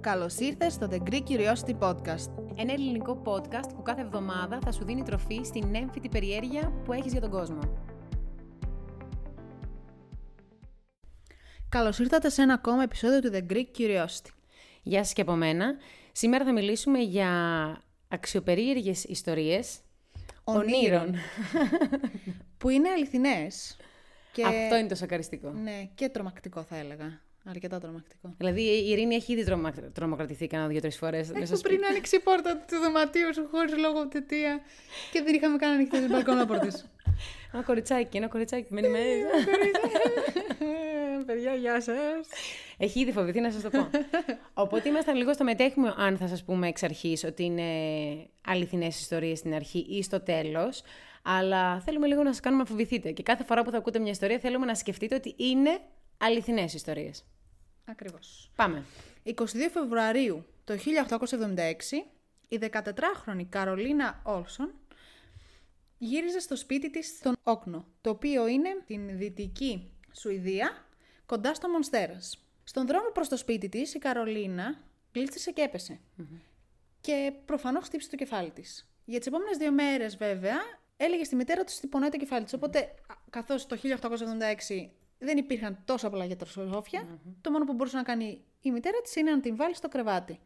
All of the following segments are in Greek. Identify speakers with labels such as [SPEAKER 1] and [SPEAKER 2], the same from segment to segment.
[SPEAKER 1] Καλώς ήρθες στο The Greek Curiosity Podcast.
[SPEAKER 2] Ένα ελληνικό podcast που κάθε εβδομάδα θα σου δίνει τροφή στην έμφυτη περιέργεια που έχεις για τον κόσμο.
[SPEAKER 1] Καλώς ήρθατε σε ένα ακόμα επεισόδιο του The Greek Curiosity.
[SPEAKER 2] Γεια σας και από μένα. Σήμερα θα μιλήσουμε για αξιοπερίεργες ιστορίες ονείρων.
[SPEAKER 1] Που είναι αληθινές. Και...
[SPEAKER 2] Αυτό είναι το σακαριστικό.
[SPEAKER 1] Ναι, και τρομακτικό θα έλεγα. Αρκετά τρομακτικό.
[SPEAKER 2] Δηλαδή η Ειρήνη έχει ήδη τρομα- τρομοκρατηθεί κανένα δύο-τρει φορές.
[SPEAKER 1] Έχω πριν άνοιξε η πόρτα του δωματίου σου χωρίς λόγο τετία και δεν είχαμε καν ανοιχτέ τι μπαλκονόπορτε.
[SPEAKER 2] Ένα κοριτσάκι, ένα κοριτσάκι, μένει μέσα.
[SPEAKER 1] Παιδιά, γεια σας.
[SPEAKER 2] Έχει ήδη φοβηθεί να σας το πω. Οπότε ήμασταν λίγο στο μετέχμιο, αν θα σας πούμε εξ αρχής, ότι είναι αληθινές ιστορίες στην αρχή ή στο τέλος. Αλλά θέλουμε λίγο να σας κάνουμε να φοβηθείτε. Και κάθε φορά που θα ακούτε μια ιστορία θέλουμε να σκεφτείτε ότι είναι αληθινές ιστορίες.
[SPEAKER 1] Ακριβώς.
[SPEAKER 2] Πάμε.
[SPEAKER 1] 22 Φεβρουαρίου το 1876, η 14χρονη Καρολίνα Όλσον γύριζε στο σπίτι της στον Όκνο, το οποίο είναι την δυτική Σουηδία, κοντά στο Μονστέρας. Στον δρόμο προς το σπίτι της, η Καρολίνα γλίστησε και έπεσε. Και προφανώς χτύπησε το κεφάλι της. Για τις επόμενες δύο μέρες, βέβαια, έλεγε στη μητέρα του ότι πονάει το κεφάλι της. Οπότε, καθώς το 1876 δεν υπήρχαν τόσα πολλά γιατροσοφια το μόνο που μπορούσε να κάνει η μητέρα της είναι να την βάλει στο κρεβατι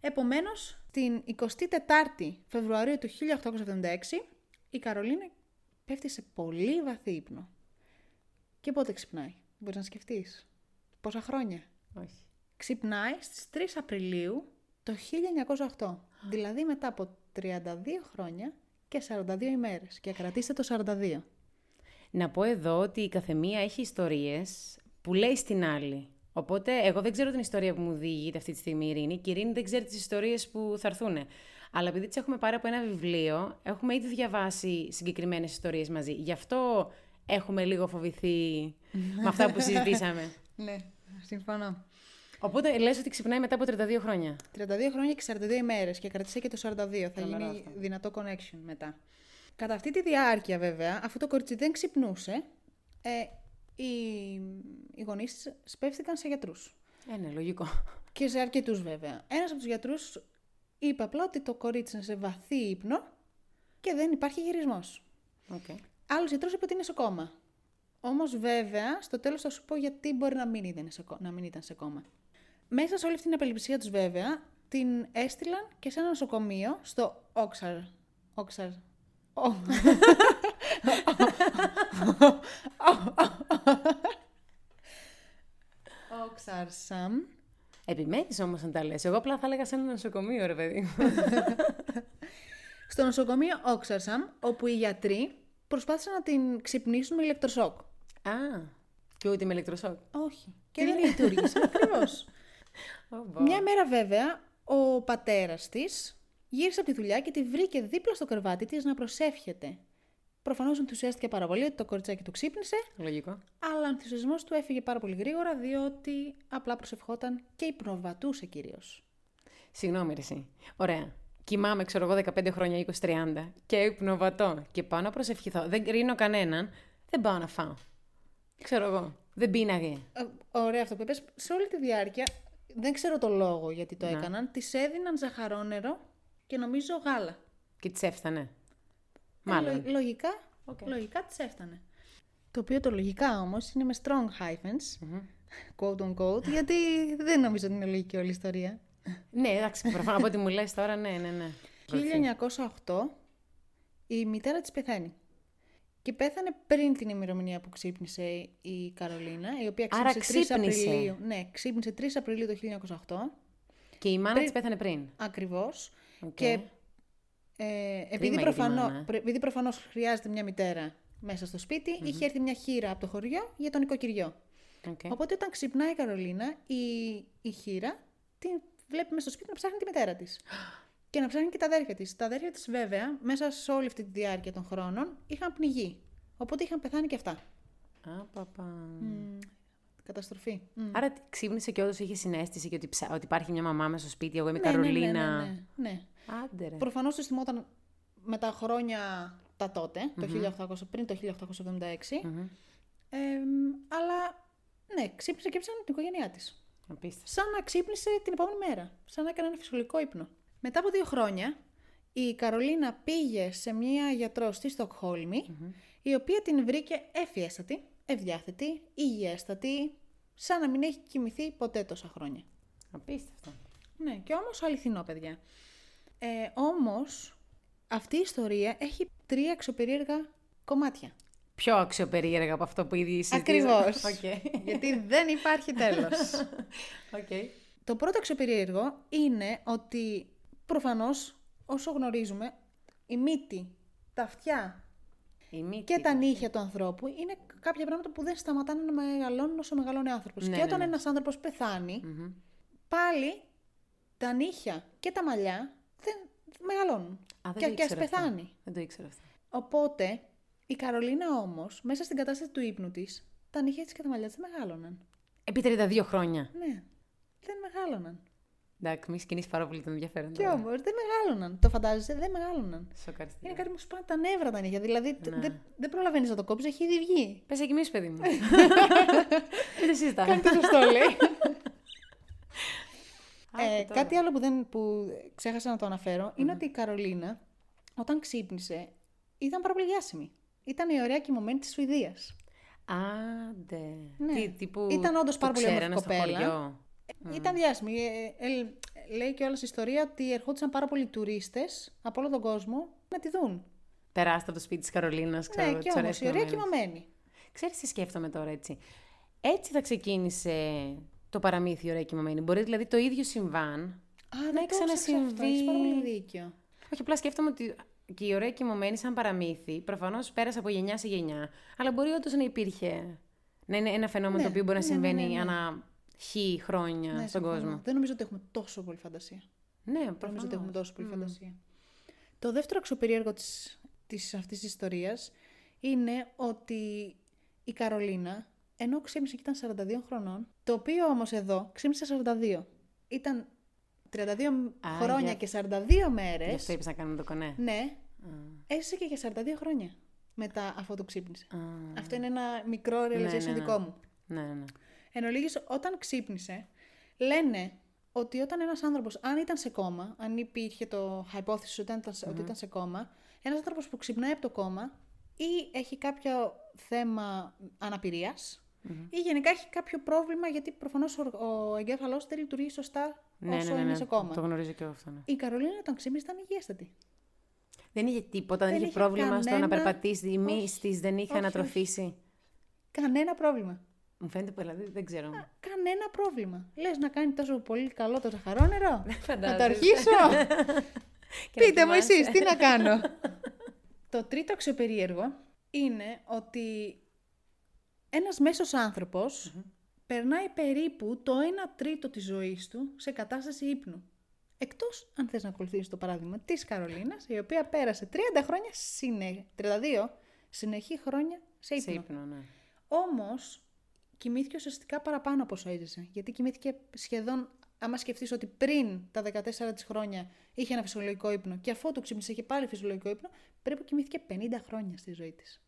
[SPEAKER 1] Επομένως, την 24η Φεβρουαρίου του 1876, η Καρολίνα πέφτει σε πολύ βαθύ ύπνο. Και πότε ξυπνάει, μπορείς να σκεφτείς. Πόσα χρόνια.
[SPEAKER 2] Όχι.
[SPEAKER 1] Ξυπνάει στις 3 Απριλίου το 1908, δηλαδή μετά από 32 χρόνια και 42 ημέρες. Και κρατήστε το 42.
[SPEAKER 2] Να πω εδώ ότι η καθεμία έχει ιστορίες που λέει στην άλλη. Οπότε, εγώ δεν ξέρω την ιστορία που μου διηγείται αυτή τη στιγμή η Ειρήνη και η Ειρήνη δεν ξέρει τις ιστορίες που θα έρθουν. Αλλά επειδή τις έχουμε πάρει από ένα βιβλίο, έχουμε ήδη διαβάσει συγκεκριμένες ιστορίες μαζί. Γι' αυτό έχουμε λίγο φοβηθεί με αυτά που συζητήσαμε.
[SPEAKER 1] Ναι, συμφωνώ.
[SPEAKER 2] Οπότε λες ότι ξυπνάει μετά από 32 χρόνια.
[SPEAKER 1] 32 χρόνια και 42 ημέρες και κρατήσε και το 42. Θα γίνει δυνατό connection μετά. Κατά αυτή τη διάρκεια, βέβαια, αφού το κορίτσι δεν ξυπνούσε, ε, οι, οι γονείς της σπεύθηκαν σε γιατρούς.
[SPEAKER 2] Ε, ναι, λογικό.
[SPEAKER 1] Και σε αρκετούς, βέβαια. Ένας από τους γιατρούς είπε απλά ότι το κορίτσι είναι σε βαθύ ύπνο και δεν υπάρχει γυρισμός.
[SPEAKER 2] Okay.
[SPEAKER 1] Άλλος γιατρός είπε ότι είναι σε κόμμα. Όμως, βέβαια, στο τέλος θα σου πω γιατί μπορεί να μην, ήταν σε, κο- να μην ήταν σε κόμμα. Μέσα σε όλη αυτή την απελπισία τους, βέβαια, την έστειλαν και σε ένα νοσοκομείο στο Όξαρ. Όξαρ. Ω. Όξαρ Σαμ.
[SPEAKER 2] Επιμένεις όμως να τα λες. Εγώ απλά θα έλεγα σε ένα νοσοκομείο, ρε παιδί μου.
[SPEAKER 1] Στο νοσοκομείο Όξαρσαμ, όπου οι γιατροί προσπάθησαν να την ξυπνήσουν με ηλεκτροσόκ.
[SPEAKER 2] Α, και ούτε με ηλεκτροσόκ.
[SPEAKER 1] Όχι. Και δεν λειτουργήσε. Ακριβώς. Μια μέρα βέβαια, ο πατέρας της γύρισε από τη δουλειά και τη βρήκε δίπλα στο κρεβάτι της να προσεύχεται. Προφανώς ενθουσιάστηκε πάρα πολύ ότι το κοριτσάκι του ξύπνησε,
[SPEAKER 2] Λογικό.
[SPEAKER 1] αλλά ο ενθουσιασμός του έφυγε πάρα πολύ γρήγορα διότι απλά προσευχόταν και υπνοβατούσε κυρίως.
[SPEAKER 2] Συγγνώμη, ρε, εσύ. Ωραία. Κοιμάμαι, ξέρω εγώ, 15 χρόνια, 20-30 και υπνοβατώ και πάω να προσευχηθώ. Δεν κρίνω κανέναν. Δεν πάω να φάω. Ξέρω εγώ. Δεν πίναγε.
[SPEAKER 1] Ε, Ωραία αυτό που είπες. Σε όλη τη διάρκεια, δεν ξέρω το λόγο γιατί το έκαναν, της έδιναν ζαχαρόνερο και νομίζω γάλα.
[SPEAKER 2] Και της έφτανε.
[SPEAKER 1] Ε,
[SPEAKER 2] Μάλλον.
[SPEAKER 1] λο- λογικά,
[SPEAKER 2] Οκ.
[SPEAKER 1] λογικά της έφτανε. Το οποίο το λογικά όμως είναι με strong hyphens, quote on quote, γιατί δεν νομίζω ότι είναι λογική όλη η ιστορία.
[SPEAKER 2] Ναι, εντάξει, προφανώ από ό,τι μου λες τώρα, ναι, ναι, ναι.
[SPEAKER 1] 1908 η μητέρα της πεθαίνει. Και πέθανε πριν την ημερομηνία που ξύπνησε η Καρολίνα, η οποία
[SPEAKER 2] Άρα
[SPEAKER 1] ξύπνησε 3
[SPEAKER 2] ξύπνησε.
[SPEAKER 1] Απριλίου. Ναι, ξύπνησε 3 Απριλίου το 1908,
[SPEAKER 2] Και η μάνα της πέθανε πριν.
[SPEAKER 1] ακριβώς.
[SPEAKER 2] Οκ.
[SPEAKER 1] Και ε, επειδή,
[SPEAKER 2] για τη
[SPEAKER 1] προφανώ,
[SPEAKER 2] μάνα, ε.
[SPEAKER 1] πρε- επειδή προφανώς χρειάζεται μια μητέρα μέσα στο σπιτι είχε έρθει μια χείρα από το χωριό για τον οικοκυριό.
[SPEAKER 2] Οκ.
[SPEAKER 1] Οπότε όταν ξυπνάει η Καρολίνα, η, η χείρα την βλέπει μέσα στο σπίτι να ψάχνει τη μητέρα της. Και να ψάχνει και τα αδέρφια της. Τα αδέρφια της, βέβαια, μέσα σε όλη αυτή τη διάρκεια των χρόνων, είχαν πνιγεί. Οπότε είχαν πεθάνει και αυτά.
[SPEAKER 2] Α, παπα.
[SPEAKER 1] Καταστροφή. Ναι,
[SPEAKER 2] Άρα τι- ξύπνησε και όντως είχε συνέστηση και ότι, ψα- ότι υπάρχει μια μαμά μέσα στο σπίτι. Εγώ είμαι η
[SPEAKER 1] Ναι, ναι, ναι,
[SPEAKER 2] Καρολίνα.
[SPEAKER 1] Ναι, ναι, ναι.
[SPEAKER 2] Άντε, ρε.
[SPEAKER 1] Προφανώς τη θυμόταν με τα χρόνια τα τοτε το 1800, πριν το 1876. εμ, αλλά Ναι, ξύπνησε και έψανε την οικογένειά της.
[SPEAKER 2] Απίστευτο.
[SPEAKER 1] Σαν να ξύπνησε την επόμενη μέρα. Σαν να έκανε ένα φυσιολογικό ύπνο. Μετά από δύο χρόνια, η Καρολίνα πήγε σε μία γιατρό στη στοκχολμη η οποία την βρήκε εφιέστατη, ευδιάθετη, υγιέστατη, σαν να μην έχει κοιμηθεί ποτέ τόσα χρόνια.
[SPEAKER 2] Απίστευτο.
[SPEAKER 1] Ναι, και όμως αληθινό, παιδιά. Ε, όμως, αυτή η ιστορία έχει τρία αξιοπερίεργα κομμάτια.
[SPEAKER 2] Πιο αξιοπερίεργα από αυτό που ήδη συζητήσαμε.
[SPEAKER 1] Ακριβώς.
[SPEAKER 2] Οκ.
[SPEAKER 1] Γιατί δεν υπάρχει τέλος.
[SPEAKER 2] Οκ.
[SPEAKER 1] Το πρώτο αξιοπερίεργο είναι ότι προφανώς όσο γνωρίζουμε η μύτη, τα αυτιά
[SPEAKER 2] Η μύτη.
[SPEAKER 1] και τα νύχια του ανθρώπου είναι κάποια πράγματα που δεν σταματάνε να μεγαλώνουν όσο μεγαλώνει ο άνθρωπος.
[SPEAKER 2] Ναι,
[SPEAKER 1] και
[SPEAKER 2] ναι,
[SPEAKER 1] όταν
[SPEAKER 2] ναι.
[SPEAKER 1] ένας άνθρωπος πεθάνει,
[SPEAKER 2] Μμμ.
[SPEAKER 1] πάλι τα νύχια και τα μαλλιά δεν μεγαλώνουν.
[SPEAKER 2] Α, δεν
[SPEAKER 1] και
[SPEAKER 2] το
[SPEAKER 1] και ας
[SPEAKER 2] ήξερα αυτό.
[SPEAKER 1] πεθάνει.
[SPEAKER 2] Δεν το ήξερα αυτό.
[SPEAKER 1] Οπότε, η Καρολίνα όμως, μέσα στην κατάσταση του ύπνου της, τα νύχια της και τα μαλλιά της δεν μεγάλωναν.
[SPEAKER 2] Επί 32 χρόνια.
[SPEAKER 1] Ναι, δεν μεγάλωναν.
[SPEAKER 2] Εντάξει, μη σκηνείς πάρα πολύ τον ενδιαφέρον.
[SPEAKER 1] Και όμως δεν μεγάλωναν. Το φαντάζεσαι, δεν μεγάλωναν.
[SPEAKER 2] Σοκαριστικά.
[SPEAKER 1] Είναι κάτι που σου πάνε τα νεύρα τα νύχια. Δηλαδή τ-
[SPEAKER 2] Ναι.
[SPEAKER 1] δεν, δεν προλαβαίνεις να το κόψεις, έχει ήδη βγει.
[SPEAKER 2] Πες εκεί παιδί μου. Δεν το συζητάω.
[SPEAKER 1] Κάνει το σωστό, λέει.
[SPEAKER 2] Άκου
[SPEAKER 1] ε,
[SPEAKER 2] τώρα.
[SPEAKER 1] κάτι άλλο που, δεν, που ξέχασα να το αναφέρω είναι ότι η Καρολίνα, όταν ξύπνησε, ήταν πάρα πολύ διάσημη. Ήταν η ωραία κοιμωμένη της Σουηδίας.
[SPEAKER 2] Άντε.
[SPEAKER 1] Ναι.
[SPEAKER 2] Τι, τύπου
[SPEAKER 1] Ήταν όντως
[SPEAKER 2] το
[SPEAKER 1] πάρα πολύ όμορφη
[SPEAKER 2] ξέρανε στο
[SPEAKER 1] κοπέλα.
[SPEAKER 2] χωριό.
[SPEAKER 1] Ήταν διάσημη. Ε, ε, ε, λέει και όλα η ιστορία ότι ερχόντουσαν πάρα πολλοί τουρίστες από όλο τον κόσμο να τη δουν.
[SPEAKER 2] Περάστε από το σπίτι της Καρολίνας, ξέρω.
[SPEAKER 1] ναι, και
[SPEAKER 2] της
[SPEAKER 1] όμω
[SPEAKER 2] αρέσει
[SPEAKER 1] η ωραία
[SPEAKER 2] να μένεις.
[SPEAKER 1] κοιμωμένη.
[SPEAKER 2] Ξέρεις τι σκέφτομαι τώρα έτσι. Έτσι θα ξεκίνησε το παραμύθι η ωραία κοιμωμένη. Μπορεί δηλαδή το ίδιο συμβάν.
[SPEAKER 1] Α, δεν το ξανασυμβεί. Αυτό,
[SPEAKER 2] ξανασυμβεί.
[SPEAKER 1] έχεις πάρα πολύ δίκιο.
[SPEAKER 2] Όχι, απλά σκέφτομαι ότι και η ωραία κοιμωμένη σαν παραμύθι προφανώς πέρασε από γενιά σε γενιά. Αλλά μπορεί όντως να υπήρχε. Να είναι ένα φαινόμενο το οποίο μπορεί να συμβαίνει ανά χι χρόνια
[SPEAKER 1] Ναι,
[SPEAKER 2] στον
[SPEAKER 1] συμφωνώ.
[SPEAKER 2] κόσμο.
[SPEAKER 1] Δεν νομίζω ότι έχουμε τόσο πολύ φαντασία.
[SPEAKER 2] Ναι,
[SPEAKER 1] Δεν νομίζω
[SPEAKER 2] προφανώ.
[SPEAKER 1] ότι έχουμε τόσο πολύ φαντασία. Το δεύτερο αξιοπερίεργο της, της αυτής της ιστορίας είναι ότι η Καρολίνα, ενώ ξύπνησε και ήταν 42 χρονών, το οποίο όμως εδώ ξύπνησε 42. Ήταν 32
[SPEAKER 2] Α,
[SPEAKER 1] χρόνια
[SPEAKER 2] για-
[SPEAKER 1] και 42
[SPEAKER 2] Γι'
[SPEAKER 1] μέρες.
[SPEAKER 2] αυτό είπες να κάνουμε το κονέ.
[SPEAKER 1] Ναι, έζησε και για 42 χρόνια μετά αφού το ξύπνησε.
[SPEAKER 2] Α,
[SPEAKER 1] Αυτό είναι ένα μικρό realization
[SPEAKER 2] ναι, ναι.
[SPEAKER 1] δικό μου.
[SPEAKER 2] ναι, ναι, ναι.
[SPEAKER 1] Εν ολίγης, όταν ξύπνησε, λένε ότι όταν ένας άνθρωπος, αν ήταν σε κόμμα, αν υπήρχε το hypothesis ότι ήταν,
[SPEAKER 2] Ναι.
[SPEAKER 1] ότι ήταν σε κόμμα, ένας άνθρωπος που ξυπνάει από το κόμμα ή έχει κάποιο θέμα αναπηρίας, ή γενικά έχει κάποιο πρόβλημα γιατί προφανώς ο, ο εγκέφαλός δεν λειτουργεί σωστά
[SPEAKER 2] Ναι,
[SPEAKER 1] όσο
[SPEAKER 2] ναι, ναι,
[SPEAKER 1] είναι
[SPEAKER 2] ναι.
[SPEAKER 1] σε κόμμα.
[SPEAKER 2] Το γνωρίζω και εγώ αυτό. Ναι.
[SPEAKER 1] Η Καρολίνα όταν ξύπνησε ήταν υγιέστατη.
[SPEAKER 2] Δεν είχε τίποτα, δεν,
[SPEAKER 1] Δεν
[SPEAKER 2] είχε
[SPEAKER 1] είχε
[SPEAKER 2] πρόβλημα στο να
[SPEAKER 1] κανένα-
[SPEAKER 2] περπατήσει. Οι μύες της δεν είχε
[SPEAKER 1] όχι,
[SPEAKER 2] ανατροφήσει.
[SPEAKER 1] Κανένα πρόβλημα.
[SPEAKER 2] Μου φαίνεται που δηλαδή δεν ξέρω.
[SPEAKER 1] Κανένα πρόβλημα. Λες να κάνει τόσο πολύ καλό το ζαχαρόνερο. να το
[SPEAKER 2] Ναι, φαντάζεσαι.
[SPEAKER 1] αρχίσω.
[SPEAKER 2] Και να
[SPEAKER 1] Πείτε μου
[SPEAKER 2] κοιμάσαι.
[SPEAKER 1] εσείς, τι να κάνω. το τρίτο αξιοπερίεργο είναι ότι ένας μέσος άνθρωπος περνάει περίπου το 1 τρίτο της ζωής του σε κατάσταση ύπνου. Εκτός αν θες να ακολουθήσεις το παράδειγμα της Καρολίνας, η οποία πέρασε 30 χρόνια, συνε... 32 συνεχή χρόνια σε
[SPEAKER 2] Σε
[SPEAKER 1] ύπνο.
[SPEAKER 2] ύπνο, ναι.
[SPEAKER 1] Όμως, κοιμήθηκε ουσιαστικά παραπάνω από όσο έζησε. Γιατί κοιμήθηκε σχεδόν, άμα σκεφτείς ότι πριν τα 14 της χρόνια είχε ένα φυσιολογικό ύπνο και αφού το ξύπνησε είχε πάλι φυσιολογικό ύπνο, πρέπει που κοιμήθηκε 50 χρόνια στη ζωή της.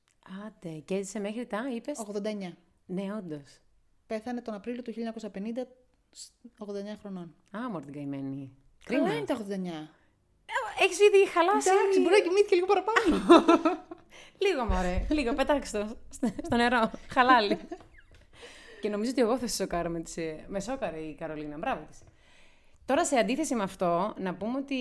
[SPEAKER 2] Άντε, και έζησε μέχρι τα, είπες.
[SPEAKER 1] 89.
[SPEAKER 2] Ναι, όντως.
[SPEAKER 1] Πέθανε τον Απρίλιο του 1950, σ- 89 χρονών.
[SPEAKER 2] Άμορ την καημένη.
[SPEAKER 1] Καλά
[SPEAKER 2] Κρίμα.
[SPEAKER 1] είναι τα 89.
[SPEAKER 2] Έχεις ήδη χαλάσει.
[SPEAKER 1] Εντάξει, μπορεί να κοιμήθηκε λίγο παραπάνω.
[SPEAKER 2] Λίγο μωρέ. Λίγο, πετάξτε το στο- στο νερό. Χαλάλι. και νομίζω ότι εγώ θα σε σοκάρω με τις... ε, Με σόκαρε η Καρολίνα. Μπράβο της. Τώρα, σε αντίθεση με αυτό, να πούμε ότι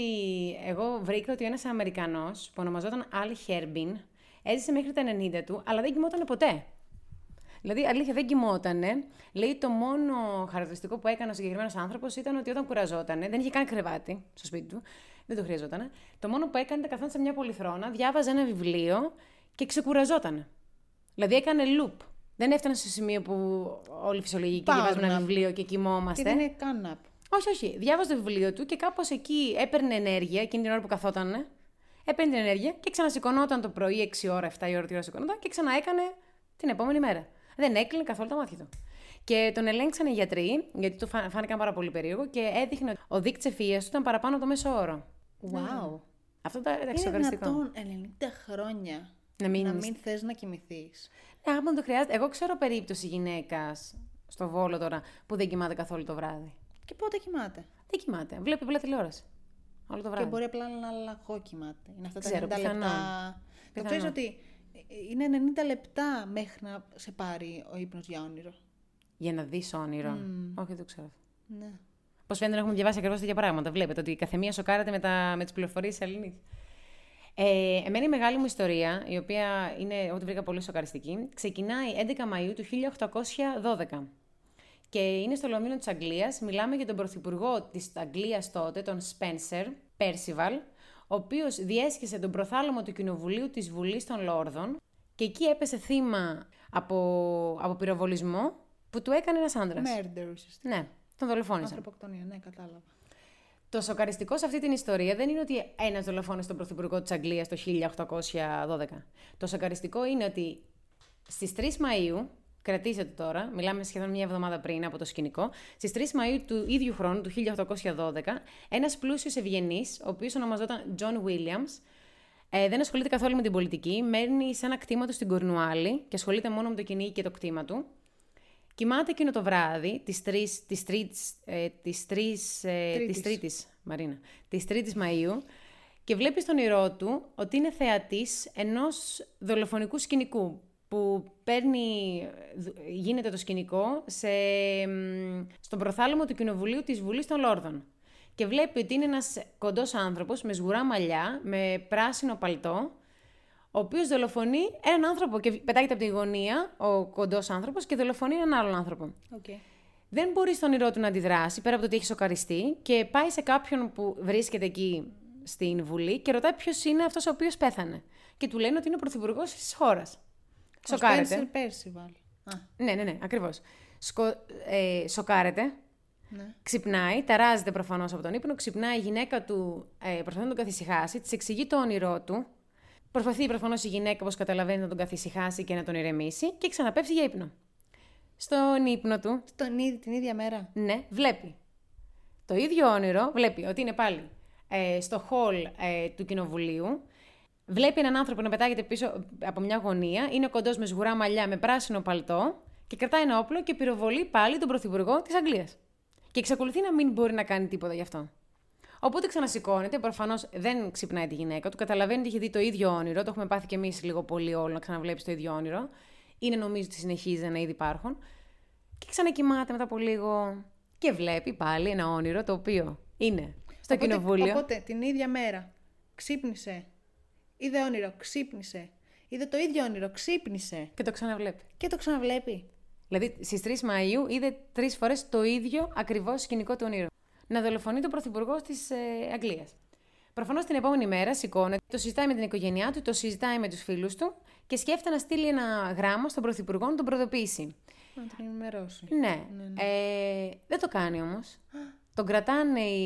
[SPEAKER 2] εγώ βρήκα ότι ένας Αμερικανός που ονομαζόταν Αλ Χέρμπιν έζησε μέχρι τα 90 του, αλλά δεν κοιμόταν ποτέ. Δηλαδή, αλήθεια, δεν κοιμότανε. Λέει το μόνο χαρακτηριστικό που έκανε ο συγκεκριμένος άνθρωπος ήταν ότι όταν κουραζότανε, δεν είχε καν κρεβάτι στο σπίτι του, δεν το χρειαζόταν. Το μόνο που έκανε ήταν καθόταν σε μια πολυθρόνα, διάβαζε ένα βιβλίο και ξεκουραζότανε. Δηλαδή, έκανε loop. Δεν έφτανε στο σημείο που όλοι οι φυσιολογικοί
[SPEAKER 1] Παύλα.
[SPEAKER 2] διαβάζουμε ένα βιβλίο και
[SPEAKER 1] Και
[SPEAKER 2] κοιμόμαστε.
[SPEAKER 1] δεν είναι καν up.
[SPEAKER 2] Όχι, όχι. Διάβαζε το βιβλίο του και κάπως εκεί έπαιρνε ενέργεια εκείνη την ώρα που καθόταν. Έπαιρνε την ενέργεια και ξανασηκωνόταν το πρωί 6 ώρα, 7 η ώρα, τι ώρα σηκωνόταν και ξαναέκανε την επόμενη μέρα. Δεν έκλεινε καθόλου τα μάτια του. Και τον ελέγξαν οι γιατροί, γιατί του φα- φάνηκαν πάρα πολύ περίεργο και έδειχνε ότι ο δείκτης ευφυία του ήταν παραπάνω από το μέσο όρο.
[SPEAKER 1] Wow.
[SPEAKER 2] Αυτό ήταν εντάξει,
[SPEAKER 1] Ναι. Είναι
[SPEAKER 2] σοκαριστικό.
[SPEAKER 1] δυνατόν 90 χρόνια
[SPEAKER 2] Να μην. Ναι,
[SPEAKER 1] να
[SPEAKER 2] Να
[SPEAKER 1] μην θες να κοιμηθείς.
[SPEAKER 2] Άμα το χρειάζεται. Εγώ ξέρω περίπτωση γυναίκας στο Βόλο τώρα που δεν κοιμάται καθόλου το βράδυ.
[SPEAKER 1] Και πότε κοιμάται.
[SPEAKER 2] Δεν κοιμάται. Βλέπει απλά τηλεόραση. Όλο το βράδυ.
[SPEAKER 1] Και μπορεί απλά να αλλαγώ κοιμάται. Είναι αυτά
[SPEAKER 2] Ξέρω,
[SPEAKER 1] τα 90
[SPEAKER 2] πιθανόν.
[SPEAKER 1] λεπτά. Το
[SPEAKER 2] Πιθανόν.
[SPEAKER 1] ξέρεις ότι είναι 90 λεπτά μέχρι να σε πάρει ο ύπνος για όνειρο.
[SPEAKER 2] Για να δεις όνειρο. Όχι, δεν το ξέρω.
[SPEAKER 1] Ναι.
[SPEAKER 2] Πώς φαίνεται να έχουμε διαβάσει ακριβώς τέτοια πράγματα. Βλέπετε ότι η καθεμία σοκάρεται με, τα, με τις πληροφορίες της Ελληνή. Ε, εμένα η μεγάλη μου ιστορία, η οποία είναι ό,τι βρήκα πολύ σοκαριστική, ξεκινάει 11 Μαΐου του 1812. Και είναι στο Λονδίνο της Αγγλίας. Μιλάμε για τον πρωθυπουργό της Αγγλίας τότε, τον Spencer Percival, ο οποίος διέσχισε τον προθάλαμο του Κοινοβουλίου της Βουλής των Λόρδων και εκεί έπεσε θύμα από, από πυροβολισμό που του έκανε ένας άντρας.
[SPEAKER 1] Murder ουσιαστικά.
[SPEAKER 2] Ναι, τον δολοφόνησαν.
[SPEAKER 1] Ανθρωποκτονία, ναι, κατάλαβα.
[SPEAKER 2] Το σοκαριστικό σε αυτή την ιστορία δεν είναι ότι ένας δολοφόνησε τον πρωθυπουργό της Αγγλίας το 1812. Το σοκαριστικό είναι ότι στις 3 Μαου, κρατήστε το τώρα, μιλάμε σχεδόν μια εβδομάδα πριν από το σκηνικό, στις 3 Μαου του ίδιου χρόνου, του 1812, ένας πλούσιος ευγενής, ο οποίος ονομαζόταν John Williams, ε, δεν ασχολείται καθόλου με την πολιτική, μένει σε ένα κτήμα του στην Κορνουάλη και ασχολείται μόνο με το κυνήγι και το κτήμα του. Κοιμάται εκείνο το βράδυ της 3 της τρίτης, ε, της τρεις, ε,
[SPEAKER 1] Τρίτης.
[SPEAKER 2] της τρίτης, Μαρίνα, της 3ης Μαΐου και βλέπει στον ηρώ του ότι είναι θεατής ενός δολοφονικού σκηνικού που παίρνει, δου- γίνεται το σκηνικό σε, μ, στον προθάλαμο του Κοινοβουλίου της Βουλής των Λόρδων. Και βλέπει ότι είναι ένας κοντός άνθρωπος με σγουρά μαλλιά, με πράσινο παλτό, ο οποίος δολοφονεί έναν άνθρωπο και πετάγεται από τη γωνία, ο κοντός άνθρωπος, και δολοφονεί έναν άλλον άνθρωπο.
[SPEAKER 1] Okay.
[SPEAKER 2] Δεν μπορεί στον όνειρό του να αντιδράσει, πέρα από το ότι έχει σοκαριστεί, και πάει σε κάποιον που βρίσκεται εκεί στην Βουλή και ρωτάει ποιος είναι αυτός ο οποίος πέθανε. Και του λένε ότι είναι ο πρωθυπουργός της χώρας. Σοκάρεται.
[SPEAKER 1] Ο Spencer Percival. Α,
[SPEAKER 2] Ναι, ναι, ναι, ακριβώς. Ε, σοκάρεται.
[SPEAKER 1] ναι.
[SPEAKER 2] Ξυπνάει, ταράζεται προφανώς από τον ύπνο. Ξυπνάει η γυναίκα του, ε, προσπαθεί να τον καθησυχάσει, της εξηγεί το όνειρό του. Προσπαθεί προφανώς η γυναίκα, όπως καταλαβαίνει, να τον καθησυχάσει και να τον ηρεμήσει και ξαναπέφτει για ύπνο. Στον ύπνο του,
[SPEAKER 1] Τον ήδη, την ίδια μέρα.
[SPEAKER 2] ναι, βλέπει. Το ίδιο όνειρο βλέπει ότι είναι πάλι ε, στο χολ ε, του κοινοβουλίου. Βλέπει έναν άνθρωπο να πετάγεται πίσω από μια γωνία. Είναι κοντός με σγουρά μαλλιά, με πράσινο παλτό και κρατάει ένα όπλο και πυροβολεί πάλι τον πρωθυπουργό της Αγγλίας. Και εξακολουθεί να μην μπορεί να κάνει τίποτα γι' αυτό. Οπότε ξανασηκώνεται, προφανώς δεν ξυπνάει τη γυναίκα του. Καταλαβαίνει ότι είχε δει το ίδιο όνειρο. Το έχουμε πάθει κι εμείς λίγο πολύ όλο να ξαναβλέπει το ίδιο όνειρο. Είναι νομίζω ότι συνεχίζει να ήδη υπάρχουν. Και ξανακοιμάται μετά από λίγο. Και βλέπει πάλι ένα όνειρο το οποίο είναι στο
[SPEAKER 1] Οπότε-
[SPEAKER 2] κοινοβούλιο.
[SPEAKER 1] Οπότε την ίδια μέρα ξύπνησε. Είδε όνειρο, ξύπνησε. Είδε το ίδιο όνειρο, ξύπνησε.
[SPEAKER 2] Και το ξαναβλέπει.
[SPEAKER 1] Και το ξαναβλέπει.
[SPEAKER 2] Δηλαδή στις 3 Μαου είδε τρεις φορές το ίδιο ακριβώς σκηνικό του όνειρου. Να δολοφονεί τον πρωθυπουργό της ε, Αγγλίας. Προφανώς την επόμενη μέρα σηκώνεται, το συζητάει με την οικογένειά του, το συζητάει με τους φίλους του και σκέφτεται να στείλει ένα γράμμα στον πρωθυπουργό να τον προδοποιήσει.
[SPEAKER 1] Να τον ενημερώσει.
[SPEAKER 2] Ναι. Ε, δεν το κάνει όμως. Τον κρατάνε οι.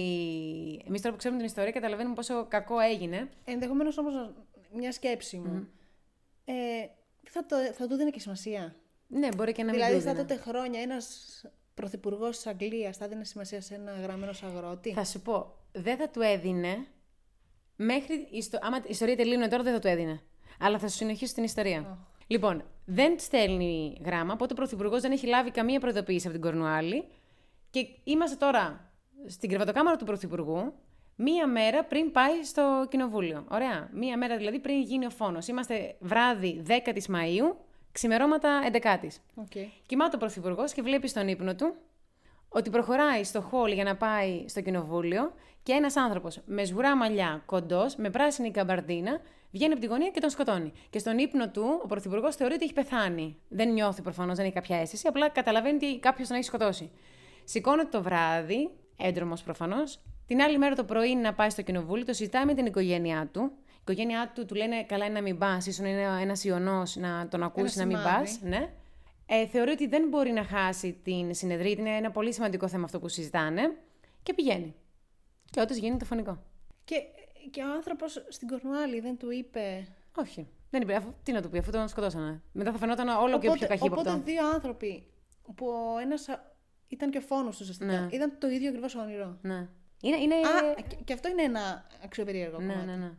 [SPEAKER 2] Εμείς τώρα που ξέρουμε την ιστορία καταλαβαίνουμε πόσο κακό έγινε.
[SPEAKER 1] Ενδεχομένως όμως μια σκέψη μου. Ε, θα, το, θα του δίνει και σημασία.
[SPEAKER 2] Ναι, μπορεί και να μην
[SPEAKER 1] δηλαδή,
[SPEAKER 2] του
[SPEAKER 1] στα
[SPEAKER 2] έδινε.
[SPEAKER 1] τότε χρόνια ένας πρωθυπουργός της Αγγλίας θα δίνει σημασία σε ένα γραμμένο αγρότη.
[SPEAKER 2] Θα σου πω, δεν θα του έδινε μέχρι. ιστο- Άμα η ιστορία τελείωνε τώρα, δεν θα του έδινε. Αλλά θα σου συνεχίσω την ιστορία. Λοιπόν, δεν στέλνει γράμμα, οπότε ο Πρωθυπουργός δεν έχει λάβει καμία προειδοποίηση από την Κορνουάλη. Και είμαστε τώρα στην κρεβατοκάμαρα του Πρωθυπουργού, μία μέρα πριν πάει στο Κοινοβούλιο. Ωραία. Μία μέρα δηλαδή πριν γίνει ο φόνος. Είμαστε βράδυ 10 τη Μαου, ξημερώματα 11 τη.
[SPEAKER 1] Okay.
[SPEAKER 2] Κοιμάται ο Πρωθυπουργός και βλέπει στον ύπνο του ότι προχωράει στο χόλ για να πάει στο κοινοβούλιο και ένας άνθρωπος με σγουρά μαλλιά, κοντός, με πράσινη καμπαρδίνα, βγαίνει από τη γωνία και τον σκοτώνει. Και στον ύπνο του ο Πρωθυπουργός θεωρεί ότι έχει πεθάνει. Δεν νιώθει προφανώς, δεν έχει κάποια αίσθηση, απλά καταλαβαίνει ότι κάποιος τον έχει σκοτώσει. Σηκώνεται το βράδυ, έντρομος προφανώς. Την άλλη μέρα το πρωί είναι να πάει στο κοινοβούλιο, το συζητάει με την οικογένειά του. Η οικογένειά του του λένε καλά είναι να μην πας, ίσως είναι ένας ιονό να τον ακούσει να μην πα.
[SPEAKER 1] σημάδι.
[SPEAKER 2] Ναι. Ε, θεωρεί ότι δεν μπορεί να χάσει την συνεδρία, είναι ένα πολύ σημαντικό θέμα αυτό που συζητάνε και πηγαίνει. Και όντως γίνει το φωνικό.
[SPEAKER 1] Και, και ο άνθρωπος στην Κορνουάλη δεν του είπε.
[SPEAKER 2] Όχι. Δεν είπε, αφού, τι να του πει, αφού τον σκοτώσανε. Μετά θα φαινόταν όλο και πιο
[SPEAKER 1] οπότε
[SPEAKER 2] καχύποπτο.
[SPEAKER 1] δύο άνθρωποι που ο ένας ήταν και ο φόνος του ουσιαστικά.
[SPEAKER 2] Ναι.
[SPEAKER 1] Ήταν το ίδιο ακριβώς όνειρο.
[SPEAKER 2] Ναι. Είναι, είναι...
[SPEAKER 1] Α, και, και αυτό είναι ένα αξιοπερίεργο
[SPEAKER 2] Ναι,
[SPEAKER 1] κομμάτι.
[SPEAKER 2] ναι, ναι.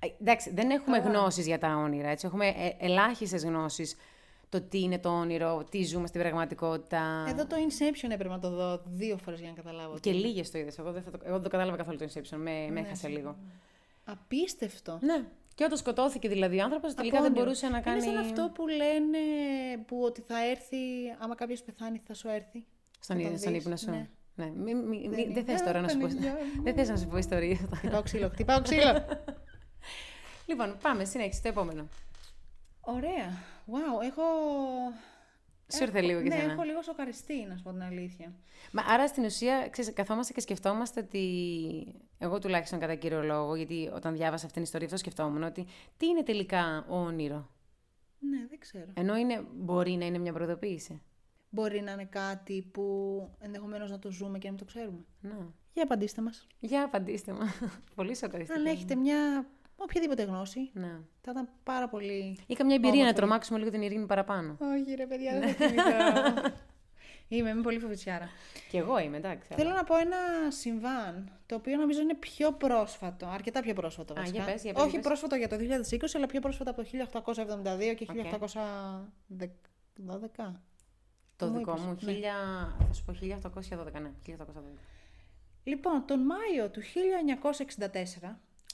[SPEAKER 2] Ε, Εντάξει, δεν έχουμε γνώσεις για τα όνειρα. Έτσι. Έχουμε ε, ελάχιστες γνώσεις το τι είναι το όνειρο, τι ζούμε στην πραγματικότητα.
[SPEAKER 1] Εδώ το Inception έπρεπε να το δω δύο φορές για να καταλάβω.
[SPEAKER 2] Και λίγες το είδες. Εγώ, δεν θα το... εγώ δεν το κατάλαβα καθόλου το Inception. Με,
[SPEAKER 1] Ναι,
[SPEAKER 2] με έχασε λίγο.
[SPEAKER 1] Απίστευτο.
[SPEAKER 2] Ναι. Και όταν σκοτώθηκε δηλαδή ο άνθρωπος, τελικά δεν
[SPEAKER 1] όνειρο.
[SPEAKER 2] μπορούσε να κάνει.
[SPEAKER 1] Είναι σαν αυτό που λένε που ότι θα έρθει, άμα κάποιος πεθάνει, θα σου έρθει.
[SPEAKER 2] Στον,
[SPEAKER 1] Θα τον
[SPEAKER 2] ί- στον
[SPEAKER 1] δεις,
[SPEAKER 2] ύπνο σου.
[SPEAKER 1] ναι.
[SPEAKER 2] Ναι. Μη- μη- μη-
[SPEAKER 1] Δεν ναι. είναι.
[SPEAKER 2] δεν θες τώρα να σου πω.
[SPEAKER 1] Παναγιά μου.
[SPEAKER 2] Δεν θες να σου πω ιστορία.
[SPEAKER 1] Χτυπάω ξύλο, χτυπάω ξύλο.
[SPEAKER 2] λοιπόν, πάμε, συνέχισε το επόμενο.
[SPEAKER 1] Ωραία. Wow, έχω.
[SPEAKER 2] Σου ήρθε λίγο και
[SPEAKER 1] Ναι,
[SPEAKER 2] σένα.
[SPEAKER 1] έχω λίγο σοκαριστεί, να σου πω την αλήθεια.
[SPEAKER 2] Μα, άρα στην ουσία, ξέρεις, καθόμαστε και σκεφτόμαστε ότι. Εγώ τουλάχιστον κατά κύριο λόγο, γιατί όταν διάβασα αυτήν την ιστορία, αυτό σκεφτόμουν ότι τι είναι τελικά όνειρο.
[SPEAKER 1] Ναι, δεν ξέρω.
[SPEAKER 2] Ενώ είναι, μπορεί να είναι μια προειδοποίηση.
[SPEAKER 1] Μπορεί να είναι κάτι που ενδεχομένως να το ζούμε και να μην το ξέρουμε.
[SPEAKER 2] Να.
[SPEAKER 1] Για απαντήστε μας.
[SPEAKER 2] Ναι. Για απαντήστε μας. Πολύ σοκαριστικό.
[SPEAKER 1] Αν έχετε μια οποιαδήποτε γνώση,
[SPEAKER 2] Ναι.
[SPEAKER 1] θα ήταν πάρα πολύ.
[SPEAKER 2] Ή καμιά εμπειρία
[SPEAKER 1] Όμορφο.
[SPEAKER 2] να τρομάξουμε λίγο την ειρήνη παραπάνω.
[SPEAKER 1] Όχι, ρε παιδιά, δεν θα κοιμηθώ. Είμαι, είμαι πολύ φοβητσιάρα.
[SPEAKER 2] Κι εγώ είμαι, εντάξει.
[SPEAKER 1] Θέλω να πω ένα συμβάν, το οποίο νομίζω είναι πιο πρόσφατο, αρκετά πιο πρόσφατο
[SPEAKER 2] για
[SPEAKER 1] βασικά.
[SPEAKER 2] πες, για πες,
[SPEAKER 1] Όχι
[SPEAKER 2] για πες.
[SPEAKER 1] πρόσφατο για το 2020, αλλά πιο πρόσφατο από το 1872 και
[SPEAKER 2] Οκ.
[SPEAKER 1] 1812.
[SPEAKER 2] Το
[SPEAKER 1] μου
[SPEAKER 2] δικό
[SPEAKER 1] είπες,
[SPEAKER 2] μου.
[SPEAKER 1] ναι.
[SPEAKER 2] Χίλια... Θα σου πω 1812, ναι. 1812.
[SPEAKER 1] Λοιπόν, τον Μάιο του 1964,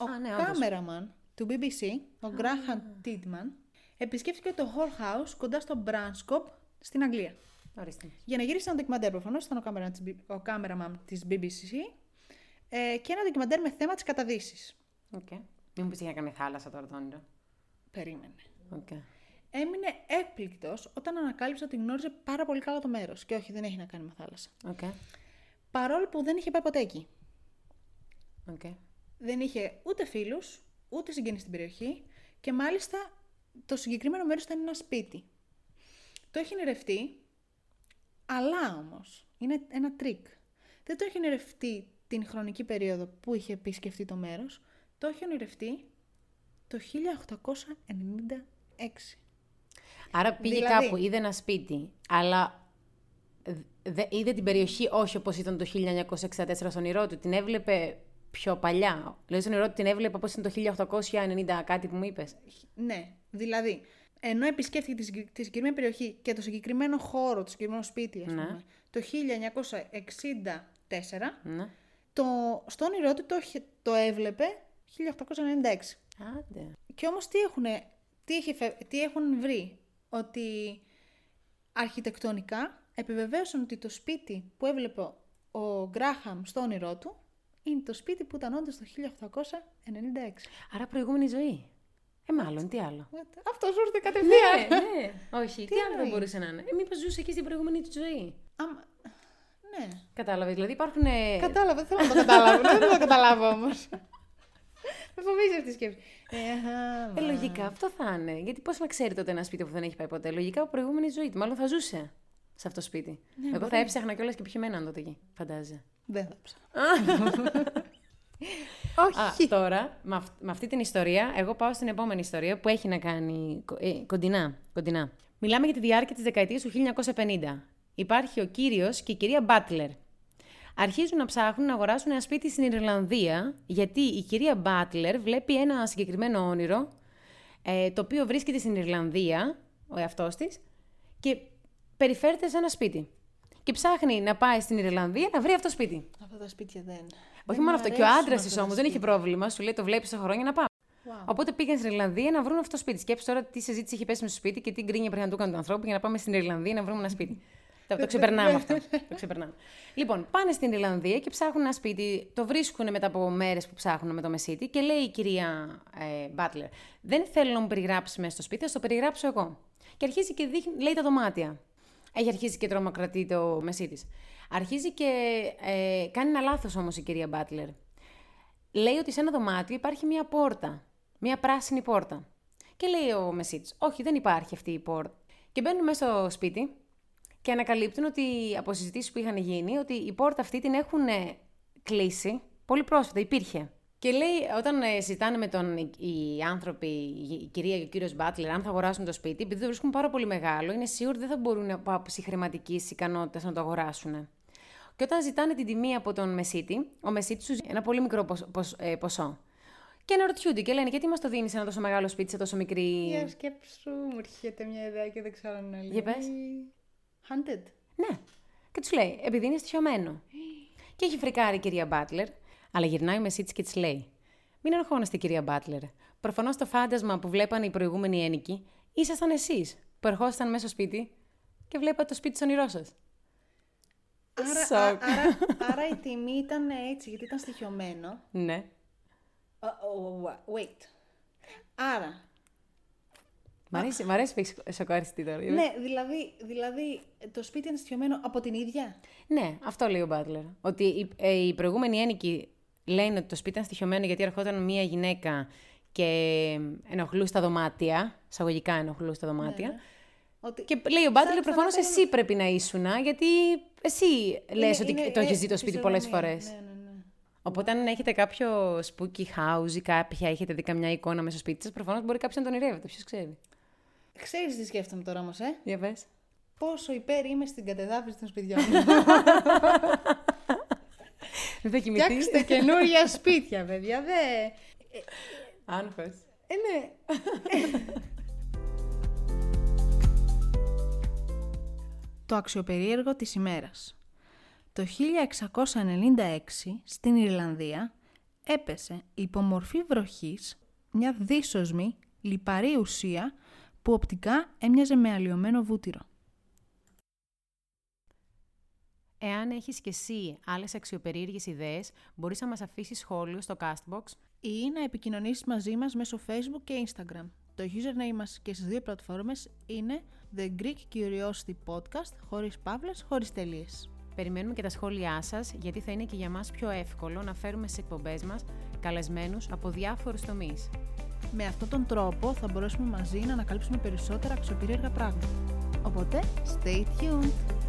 [SPEAKER 1] ο
[SPEAKER 2] Α, ναι, όντως.
[SPEAKER 1] κάμεραμαν του BBC, ο Γκράχαν Τίτμαν, επισκέφθηκε το Hall House κοντά στο Μπράνσκοπ στην Αγγλία.
[SPEAKER 2] Ορίστε.
[SPEAKER 1] Για να γυρίσει ένα ντοκιμαντέρ προφανώς, ήταν ο κάμερα της B- ο κάμεραμαν της BBC ε, και ένα ντοκιμαντέρ με θέμα της καταδύσης.
[SPEAKER 2] Οκ. Μην μου πεις τι έκανε θάλασσα τώρα το όνειρο.
[SPEAKER 1] Περίμενε.
[SPEAKER 2] Οκ.
[SPEAKER 1] Έμεινε έκπληκτος όταν ανακάλυψε ότι γνώριζε πάρα πολύ καλά το μέρος και όχι δεν έχει να κάνει με θάλασσα.
[SPEAKER 2] Οκ.
[SPEAKER 1] Παρόλο που δεν είχε πάει ποτέ εκεί.
[SPEAKER 2] Οκ.
[SPEAKER 1] δεν είχε ούτε φίλους, ούτε συγγενείς στην περιοχή και μάλιστα το συγκεκριμένο μέρος ήταν ένα σπίτι. Το έχει νερευτεί, αλλά όμως είναι ένα τρίκ. Δεν το έχει νερευτεί την χρονική περίοδο που είχε επισκεφτεί το μέρος, το έχει ονειρευτεί το 1896.
[SPEAKER 2] Άρα πήγε
[SPEAKER 1] Δηλαδή-
[SPEAKER 2] κάπου, είδε ένα σπίτι, αλλά δε- είδε την περιοχή όχι όπως ήταν το 1964 στο όνειρό του. Την έβλεπε πιο παλιά. Δηλαδή στο όνειρό του την έβλεπε όπως ήταν το 1890 κάτι που μου είπες.
[SPEAKER 1] Ναι, δηλαδή, ενώ επισκέφθηκε τη, συγκεκ- τη συγκεκριμένη περιοχή και το συγκεκριμένο χώρο, το συγκεκριμένο σπίτι, ας πούμε, το 1964,
[SPEAKER 2] Ναι.
[SPEAKER 1] το, στο όνειρό του το, είχε- το έβλεπε 1896.
[SPEAKER 2] Άντε.
[SPEAKER 1] Και όμως τι, έχουνε, τι, έχει φε- τι έχουν βρει, ότι αρχιτεκτονικά επιβεβαίωσαν ότι το σπίτι που έβλεπε ο Γκράχαμ στο όνειρό του είναι το σπίτι που ήταν όντως το 1896.
[SPEAKER 2] Άρα προηγούμενη ζωή. Ε, μάλλον, τι άλλο.
[SPEAKER 1] What? Αυτός σου ήρθε κατευθείαν.
[SPEAKER 2] Ε, ναι. Όχι, τι, άλλο θα
[SPEAKER 1] εννοείς?
[SPEAKER 2] μπορούσε να είναι. Ε, μήπως ζούσε εκεί στην προηγούμενη του ζωή.
[SPEAKER 1] Άμα- Ναι.
[SPEAKER 2] Κατάλαβες. Δηλαδή υπάρχουν. ε,
[SPEAKER 1] Κατάλαβα, δεν θέλω να το καταλάβω. ναι, δεν θέλω να το καταλάβω όμως. Με φοβίζει αυτή η σκέψη. Ε, αχα, μα.
[SPEAKER 2] Ε, λογικά αυτό θα είναι. Γιατί πώς να ξέρει τότε ένα σπίτι που δεν έχει πάει ποτέ. Λογικά από προηγούμενη ζωή του. Μάλλον θα ζούσε σε αυτό το σπίτι. Εγώ θα έψαχνα κιόλας και ποιοι μέναν τότε εκεί. Φαντάζε.
[SPEAKER 1] Δεν θα ψάχνω.
[SPEAKER 2] Α,
[SPEAKER 1] Όχι.
[SPEAKER 2] τώρα, με, αυ- με αυτή την ιστορία, εγώ πάω στην επόμενη ιστορία που έχει να κάνει κο- ε, κοντινά, κοντινά. Μιλάμε για τη διάρκεια της δεκαετίας του 1950. Υπάρχει ο κύριος και η κυρία Μπάτλερ. Αρχίζουν να ψάχνουν να αγοράσουν ένα σπίτι στην Ιρλανδία, γιατί η κυρία Μπάτλερ βλέπει ένα συγκεκριμένο όνειρο, ε, το οποίο βρίσκεται στην Ιρλανδία, ο εαυτός της, και περιφέρεται σε ένα σπίτι. Και ψάχνει να πάει στην Ιρλανδία να βρει αυτό το σπίτι.
[SPEAKER 1] Αυτά τα σπίτια δεν.
[SPEAKER 2] Όχι μόνο αυτό. Και ο άντρα τη όμως δεν είχε πρόβλημα. Σου λέει: Το βλέπεις στο χρόνια να πάμε.
[SPEAKER 1] Wow.
[SPEAKER 2] Οπότε πήγαν στην Ιρλανδία να βρουν αυτό το σπίτι. Σκέψτε τώρα τι συζήτηση είχε πέσει με στο σπίτι και τι γκρίνια πρέπει να του έκανε του ανθρώπου για να πάμε στην Ιρλανδία να βρούμε ένα σπίτι. το, το ξεπερνάμε αυτό. το ξεπερνάμε. Λοιπόν, πάνε στην Ιρλανδία και ψάχνουν ένα σπίτι. Το βρίσκουν μετά από μέρες που ψάχνουν με το μεσίτη και λέει η κυρία ε, Μπάτλερ: Δεν θέλω να μου περιγράψεις μέσα στο σπίτι, θα στο περιγράψω εγώ. Και αρχίζει και δείχνει, λέει τα δωμάτια. Έχει αρχίσει και τρομοκρατεί το μεσί τη. Αρχίζει και ε, κάνει ένα λάθος όμως η κυρία Μπάτλερ λέει ότι σε ένα δωμάτιο υπάρχει μία πόρτα. Μία πράσινη πόρτα. Και λέει ο Μεσίτης, Όχι, δεν υπάρχει αυτή η πόρτα. Και μπαίνουν μέσα στο σπίτι και ανακαλύπτουν ότι από συζητήσεις που είχαν γίνει ότι η πόρτα αυτή την έχουν ε, κλείσει πολύ πρόσφατα. Υπήρχε. Και λέει, όταν ε, συζητάνε με τον, οι άνθρωποι, η η κυρία και ο κύριος Μπάτλερ, αν θα αγοράσουν το σπίτι, επειδή το βρίσκουν πάρα πολύ μεγάλο, είναι σίγουροι δεν θα μπορούν από άποψη χρηματικής ικανότητας να το αγοράσουν. Και όταν ζητάνε την τιμή από τον Μεσίτη, ο Μεσίτης σου ζητάει ένα πολύ μικρό ποσ- ποσ- ε, ποσό. Και αναρωτιούνται και λένε, γιατί μας το δίνεις ένα τόσο μεγάλο σπίτι σε τόσο μικρή.
[SPEAKER 1] Για σκέψου, μου έρχεται μια ιδέα και δεν ξέρω αν είναι
[SPEAKER 2] Για πες.
[SPEAKER 1] αλήθεια. Hunted.
[SPEAKER 2] Ναι. Και τους λέει, επειδή είναι στοιχειωμένο. και έχει φρικάρει η κυρία Μπάτλερ, αλλά γυρνάει με Σίτς και της λέει: Μην ενοχώνεστε, κυρία Μπάτλερ. Προφανώς το φάντασμα που βλέπανε οι προηγούμενοι ένικοι ήσασταν εσείς που ερχόσασταν μέσα στο σπίτι και βλέπατε το σπίτι στον όνειρό σας.
[SPEAKER 1] Άρα, α-
[SPEAKER 2] Σοκ.
[SPEAKER 1] άρα, άρα η τιμή ήταν έτσι, γιατί ήταν στοιχειωμένο.
[SPEAKER 2] Ναι.
[SPEAKER 1] Uh, oh, wa- wait. Άρα,
[SPEAKER 2] Μ' αρέσει, μ αρέσει που έχεις σοκαριστεί τώρα. είδες.
[SPEAKER 1] ναι, δηλαδή, δηλαδή το σπίτι είναι στοιχειωμένο από την ίδια.
[SPEAKER 2] Ναι, αυτό λέει ο Μπάτλερ. Ότι οι, ε, οι προηγούμενοι ένικοι λένε ότι το σπίτι ήταν στοιχειωμένο γιατί ερχόταν μία γυναίκα και ενοχλούσε τα δωμάτια. Εισαγωγικά ενοχλούσε τα δωμάτια.
[SPEAKER 1] Ότι
[SPEAKER 2] Και λέει ο Μπάτλερ,
[SPEAKER 1] Ναι, Σαν-
[SPEAKER 2] προφανώς
[SPEAKER 1] σαν να
[SPEAKER 2] εσύ πρέπει να ήσουν, γιατί εσύ λε
[SPEAKER 1] είναι-
[SPEAKER 2] ότι
[SPEAKER 1] είναι-
[SPEAKER 2] το έχεις
[SPEAKER 1] είναι
[SPEAKER 2] δει το σπίτι πολλέ
[SPEAKER 1] φυσιογνωμία.
[SPEAKER 2] φορές.
[SPEAKER 1] Ναι, ναι, ναι.
[SPEAKER 2] Οπότε, αν έχετε κάποιο spooky house ή κάποια, έχετε δει καμιά εικόνα μέσα στο σπίτι σας, προφανώς μπορεί κάποιος να τον ονειρεύεται. Ποιος ξέρει.
[SPEAKER 1] Ξέρεις τι σκέφτομαι τώρα όμως, ε.
[SPEAKER 2] Για πες.
[SPEAKER 1] Πόσο υπέρ είμαι στην κατεδάφιση των σπιτιών μου.
[SPEAKER 2] Δεν θα κοιμηθεί.
[SPEAKER 1] Φτιάξτε καινούρια σπίτια, παιδιά, δε.
[SPEAKER 2] Άγχο.
[SPEAKER 1] Ε, ναι. Το αξιοπερίεργο της ημέρας. Το 1696 στην Ιρλανδία έπεσε υπομορφή βροχής μια δύσοσμη λιπαρή ουσία που οπτικά έμοιαζε με αλλοιωμένο βούτυρο.
[SPEAKER 2] Εάν έχεις κι εσύ άλλες αξιοπερίεργες ιδέες, μπορείς να μας αφήσεις σχόλιο στο Castbox.
[SPEAKER 1] ή να επικοινωνήσεις μαζί μας μέσω Facebook και Instagram. Το username μας και στις δύο πλατφόρμες είναι The Greek Curiosity Podcast, χωρίς παύλες, χωρίς τελείες.
[SPEAKER 2] Περιμένουμε και τα σχόλιά σας, γιατί θα είναι και για μας πιο εύκολο να φέρουμε στι εκπομπές μας καλεσμένους από διάφορους τομείς.
[SPEAKER 1] Με αυτόν τον τρόπο θα μπορέσουμε μαζί να ανακαλύψουμε περισσότερα αξιοπερίεργα πράγματα. Οπότε, stay tuned!